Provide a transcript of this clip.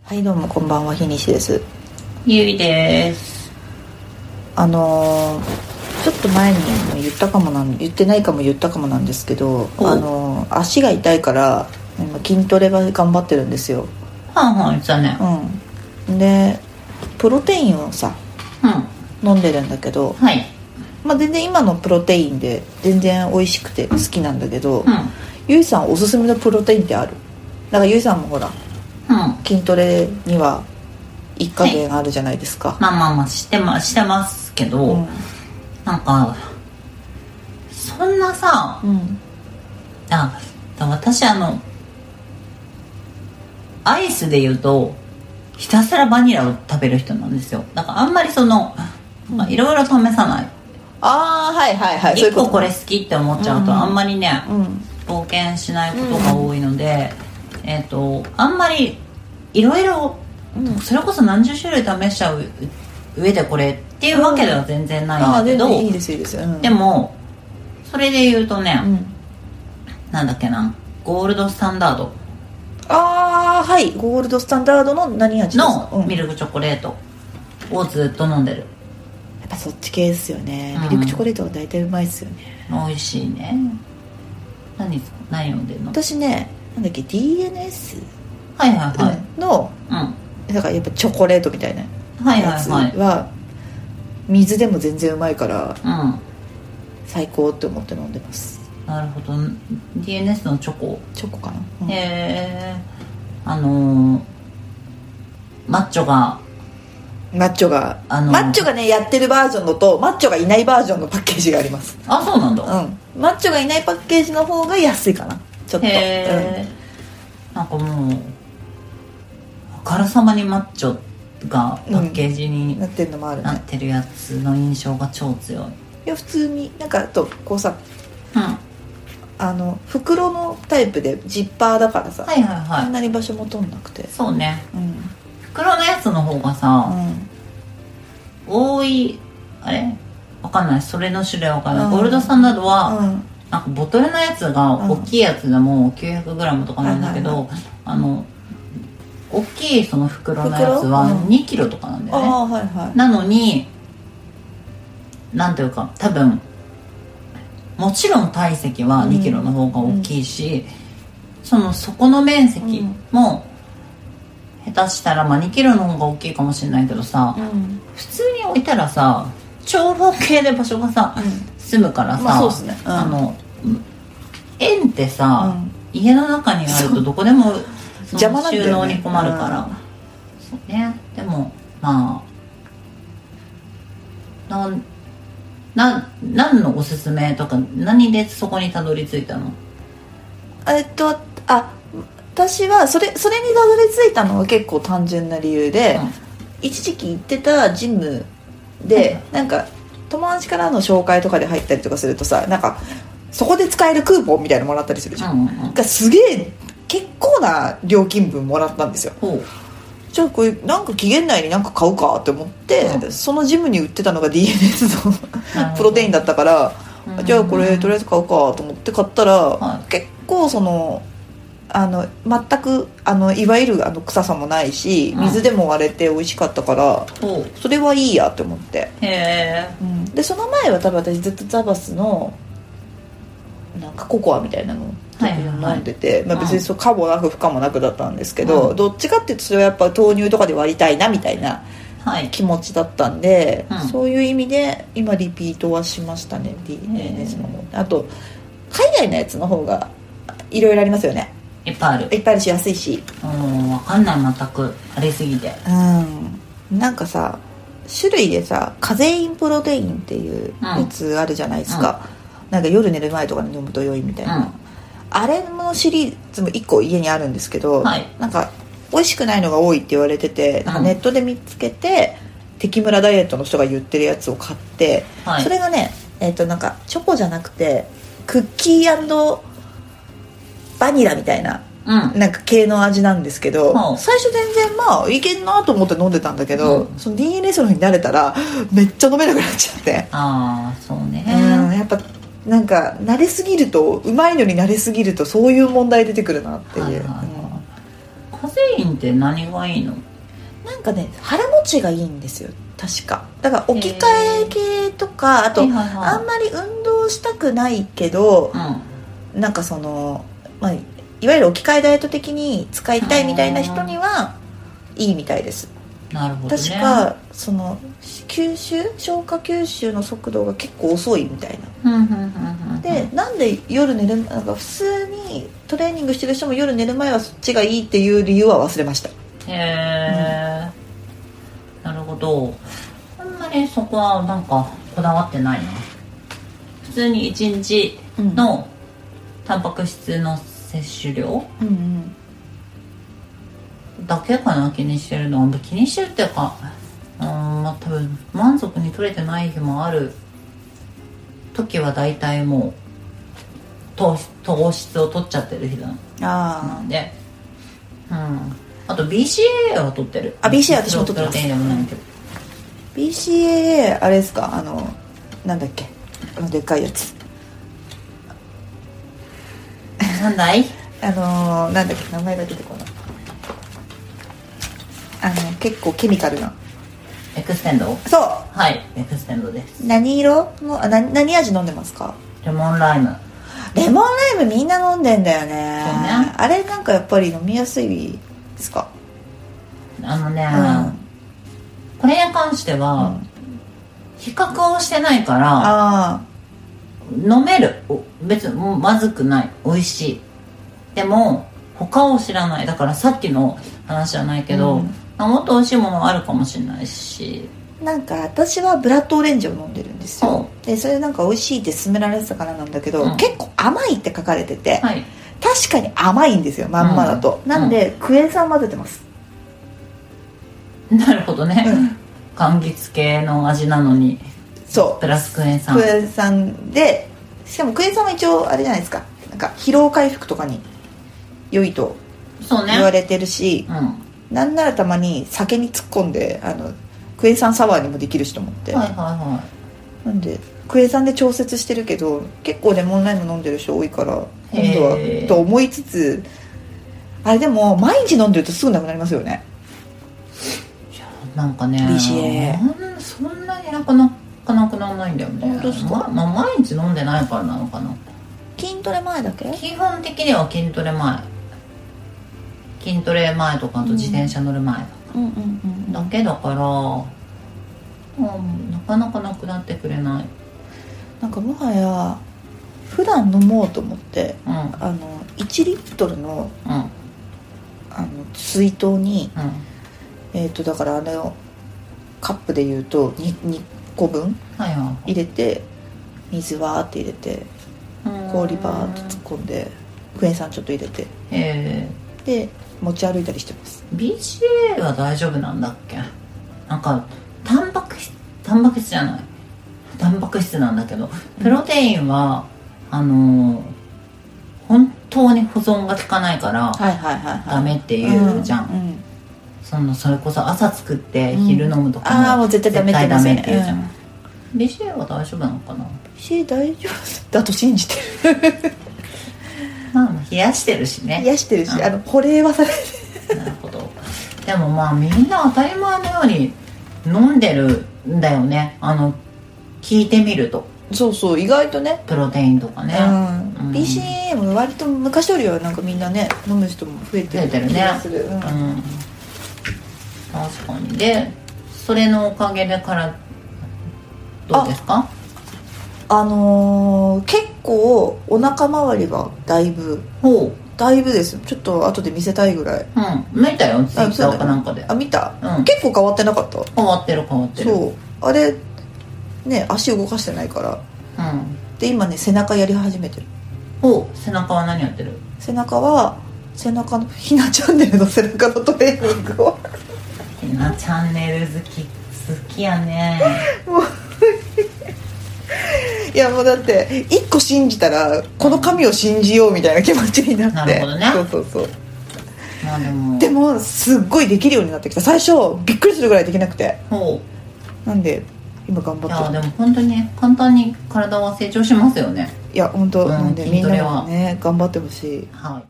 はいどうもこんばんは日西ですゆいですあのーちょっと前にも言ったかもなん言ってないかも言ったかもなんですけどおあのー足が痛いから今筋トレは頑張ってるんですよはんはん言ってたねうんでプロテインをさうん飲んでるんだけど、はいまあ、全然今のプロテインで全然美味しくて好きなんだけど、うんゆいさんおすすめのプロテインってあるだからゆいさんもほらうんま筋トレには一加減あるじゃないですか、あまあまあしてましてますけど、うんなんかそんなさうんあ私あのアイスで言うとひたすらバニラを食べる人なんですよだからあんまりそのまあいろいろ試さないああはいはいはいそうい一うこと個これ好きって思っちゃうとうんあんまりねうん冒険しないことが多いので、えっ、とあんまりいろいろうんそれこそ何十種類試しちゃう上でこれっていうわけでは全然ないんああだけ全ど、然いいですいいです、うん、でもそれで言うとね、うんなんだっけなゴールドスタンダードああはいゴールドスタンダードの何味ですかのうんミやルクチョコレートをずっと飲んでるっぱそっち系ですよね、うミんルクチョコレートは大体うまいですよね美味しいね何何飲んでるのはい私ねなんだっけ DNS、はいはいのうん、だからやっぱチョコレートみたいなはいやはいつはいは水でも全然うまいからう最高って思って飲んでますんなるほど DNS のチョコチョコかな、うんえー、あのー、マッチョがマッチョがあのマッチョがねやってるバージョンのとマッチョがいないバージョンのパッケージがありますあそうなんだ、うんマッチョがいないパッケージの方が安いかなちょっと、へえ、なんかもうあからさまにマッチョがパッケージうんになってるのもあるなねってるやつの印象が超強い、うん、いや普通になんかあとこうさあの袋のタイプでジッパーだからさ、はいはいあはんなに場所も取んなくていそうねうん、袋のやつの方がさ、多いあれわかんないそれの種類はわかんない、うんゴールドスタンダードは、うんうんなんかボトルのやつが大きいやつでも 900g とかなんだけはいど、あの大きいその袋のやつは袋うん2キロとかなんだあよね、あはいはいなのになんというか多分もちろん体積はうん2キロの方が大きいし、その底の面積も下手したら、まあ、2キロの方が大きいかもしれないけどさうん普通に置いたらさ長方形で場所がさ住むからさ、まあそうっすねうんあの円ってさ、うん家の中にあるとどこでもその 邪魔なんだよね収納に困るから、うんそうねでもまあなんな何のおすすめとか何でそこにたどり着いたのえっとあ私はそれそれにたどり着いたのは結構単純な理由で、一時期行ってたジムで、なんか友達からの紹介とかで入ったりとかするとさなんかそこで使えるクーポンみたいなのもらったりするじゃん、うんうんうなんんかすげえ結構な料金分もらったんですよほうじゃあこれなんか期限内になんか買うかって思って、うんそのジムに売ってたのが DNS なるほのどプロテインだったからうんじゃあこれとりあえず買うかと思って買ったら、は結構そのあの全くあのいわゆるあの臭さもないしうん水でも割れて美味しかったから、ほそれはいいやって思って、うへえでその前は多分私ずっとザバスのなんかココアみたいなのをはいはいはい飲んでて、まあ、別にそう可もなく不可もなくだったんですけど、うんどっちかっていうとそれはやっぱ豆乳とかで割りたいなみたいなはい気持ちだったんで、うんそういう意味で今リピートはしましたね DNS の方あと海外のやつの方がいろいろありますよねいっぱいあるいっぱいあるし安いしうんわかんない全くありすぎてうんなんかさ種類でさカゼインプロテインっていううんやつあるじゃないですか、なんか夜寝る前とかに飲むと良いみたいな、うんあれのシリーズも1個家にあるんですけど、はいなんか美味しくないのが多いって言われててなんかうんネットで見つけて、敵村ダイエットの人が言ってるやつを買って、はいそれがねえっ、となんかチョコじゃなくてクッキーバニラみたいなうんなんか系の味なんですけど、うん最初全然まあいけんなと思って飲んでたんだけど、うその DNS の方に慣れたらめっちゃ飲めなくなっちゃって、ああそうねうんやっぱなんか慣れすぎるとうまいのに慣れすぎるとそういう問題出てくるなっていう、はいはいはいこハゼインって何がいいのなんかね腹持ちがいいんですよ確かだから置き換え系とかあと、はいはいはいあんまり運動したくないけどう、んなんかその、まあ、いわゆる置き換えダイエット的に使いたいみたいな人にはいいみたいですなるほどね確かその吸収消化吸収の速度が結構遅いみたいなうんうんうんうんでなんで夜寝るなんか普通にトレーニングしてる人も夜寝る前はそっちがいいっていう理由は忘れましたへえ、なるほどあんまりそこはなんかこだわってないな普通に1日のタンパク質の摂取量うんうんだけかな気にしてるのは気にしてるっていうかうーんまあ多分満足に取れてない日もある時は大体もう糖質糖質を取っちゃってる日だなあんでうんあと BCA は取ってるあ BCA 私も取ってますプロテインでもないけどあ BCAA あれですかあのなんだっけあのでっかいやつなんだいあのーなんだっけ名前が出てこないあの結構ケミカルなエクステンドそうはいエクステンドです何色のあな何味飲んでますかレモンライムレモンライムみんな飲んでんだよねそうねあれなんかやっぱり飲みやすいですかあのね、うんこれに関しては、比較をしてないからあ飲めるお別にもうまずくない美味しいでも他を知らないだからさっきの話じゃないけうど、んあもっと美味しいものあるかもしれないしあなんか私はブラッドオレンジを飲んでるんですよでそれなんか美味しいって勧められてたからなんだけど、うん結構甘いって書かれてて、はい確かに甘いんですよまんまだと、うんなんで、クエン酸混ぜてますなるほどね、うん柑橘系の味なのにそプラスクエンう酸クエン酸でしかもクエン酸は一応あれじゃないですかなんか疲労回復とかに良いとそうね言われてるし、うんなんならたまに酒に突っ込んであのクエン酸サワーにもできるしと思って、はいはいはなんでクエン酸で調節してるけど結構レモンライム飲んでる人多いから今度へーはと思いつつあれでも毎日飲んでるとすぐなくなりますよねいなんかね BCAA うんそんなになかなかなくならないんだよね本当ですかままあ、毎日飲んでないからなのかな筋トレ前だけ基本的には筋トレ前筋トレ前とかあと自転車乗る前うんうんうんだけだから、うん、なかなかなくなってくれないなんかもはや普段飲もうと思ってうんうんあの1リットルのうんあの水筒にえっ、とだからあれをカップで言うと 2, 2個分はいはい入れて水わーって入れて氷バーっと突っ込んでクエン酸ちょっと入れてえで持ち歩いたりしてますー、BCA は大丈夫なんだっけなんかタンパク質タンパク質じゃないタンパク質なんだけどプロテインは、あのー本当に保存が効かないからはいはいはい、はい、ダメっていうじゃんう、んそのそれこそ朝作ってうん昼飲むとかあーもう絶対ダメって言絶い対まダすよメねって言うじゃん、ビシエは大丈夫なのかなし大丈夫だと信じてまあ冷やしてるしね癒してるし、うんあの保冷はされてなるほどでもまあみんな当たり前のように飲んでるんだよねあの聞いてみるとそうそう意外とねプロテインとかね、うん、うん BCA も割と昔よりはなんかみんなね飲む人も増えて増えてるるね気がする、うんうん、確かにでそれのおかげでからどうですかあのー結構お腹周りはだいぶほうだいぶですちょっと後で見せたいぐらいうん見たよツイッターかなんかであ見た、うん結構変わってなかった変わってる変わってるそうあれね足動かしてないからうんで今ね背中やり始めてるお背中は何やってる背中は背中のひなチャンネルの 背中のトレーニングをひなチャンネル好き好きやね いやもうだって一個信じたらこの神を信じようみたいな気持ちになってなるほどねそうそうそうまあでもでもすっごいできるようになってきた最初びっくりするぐらいできなくてほなんで今頑う張いやってでるも本当に簡単に体は成長しますよねいや本当、うんなんでみ筋んトなレもはね頑張ってほしいはい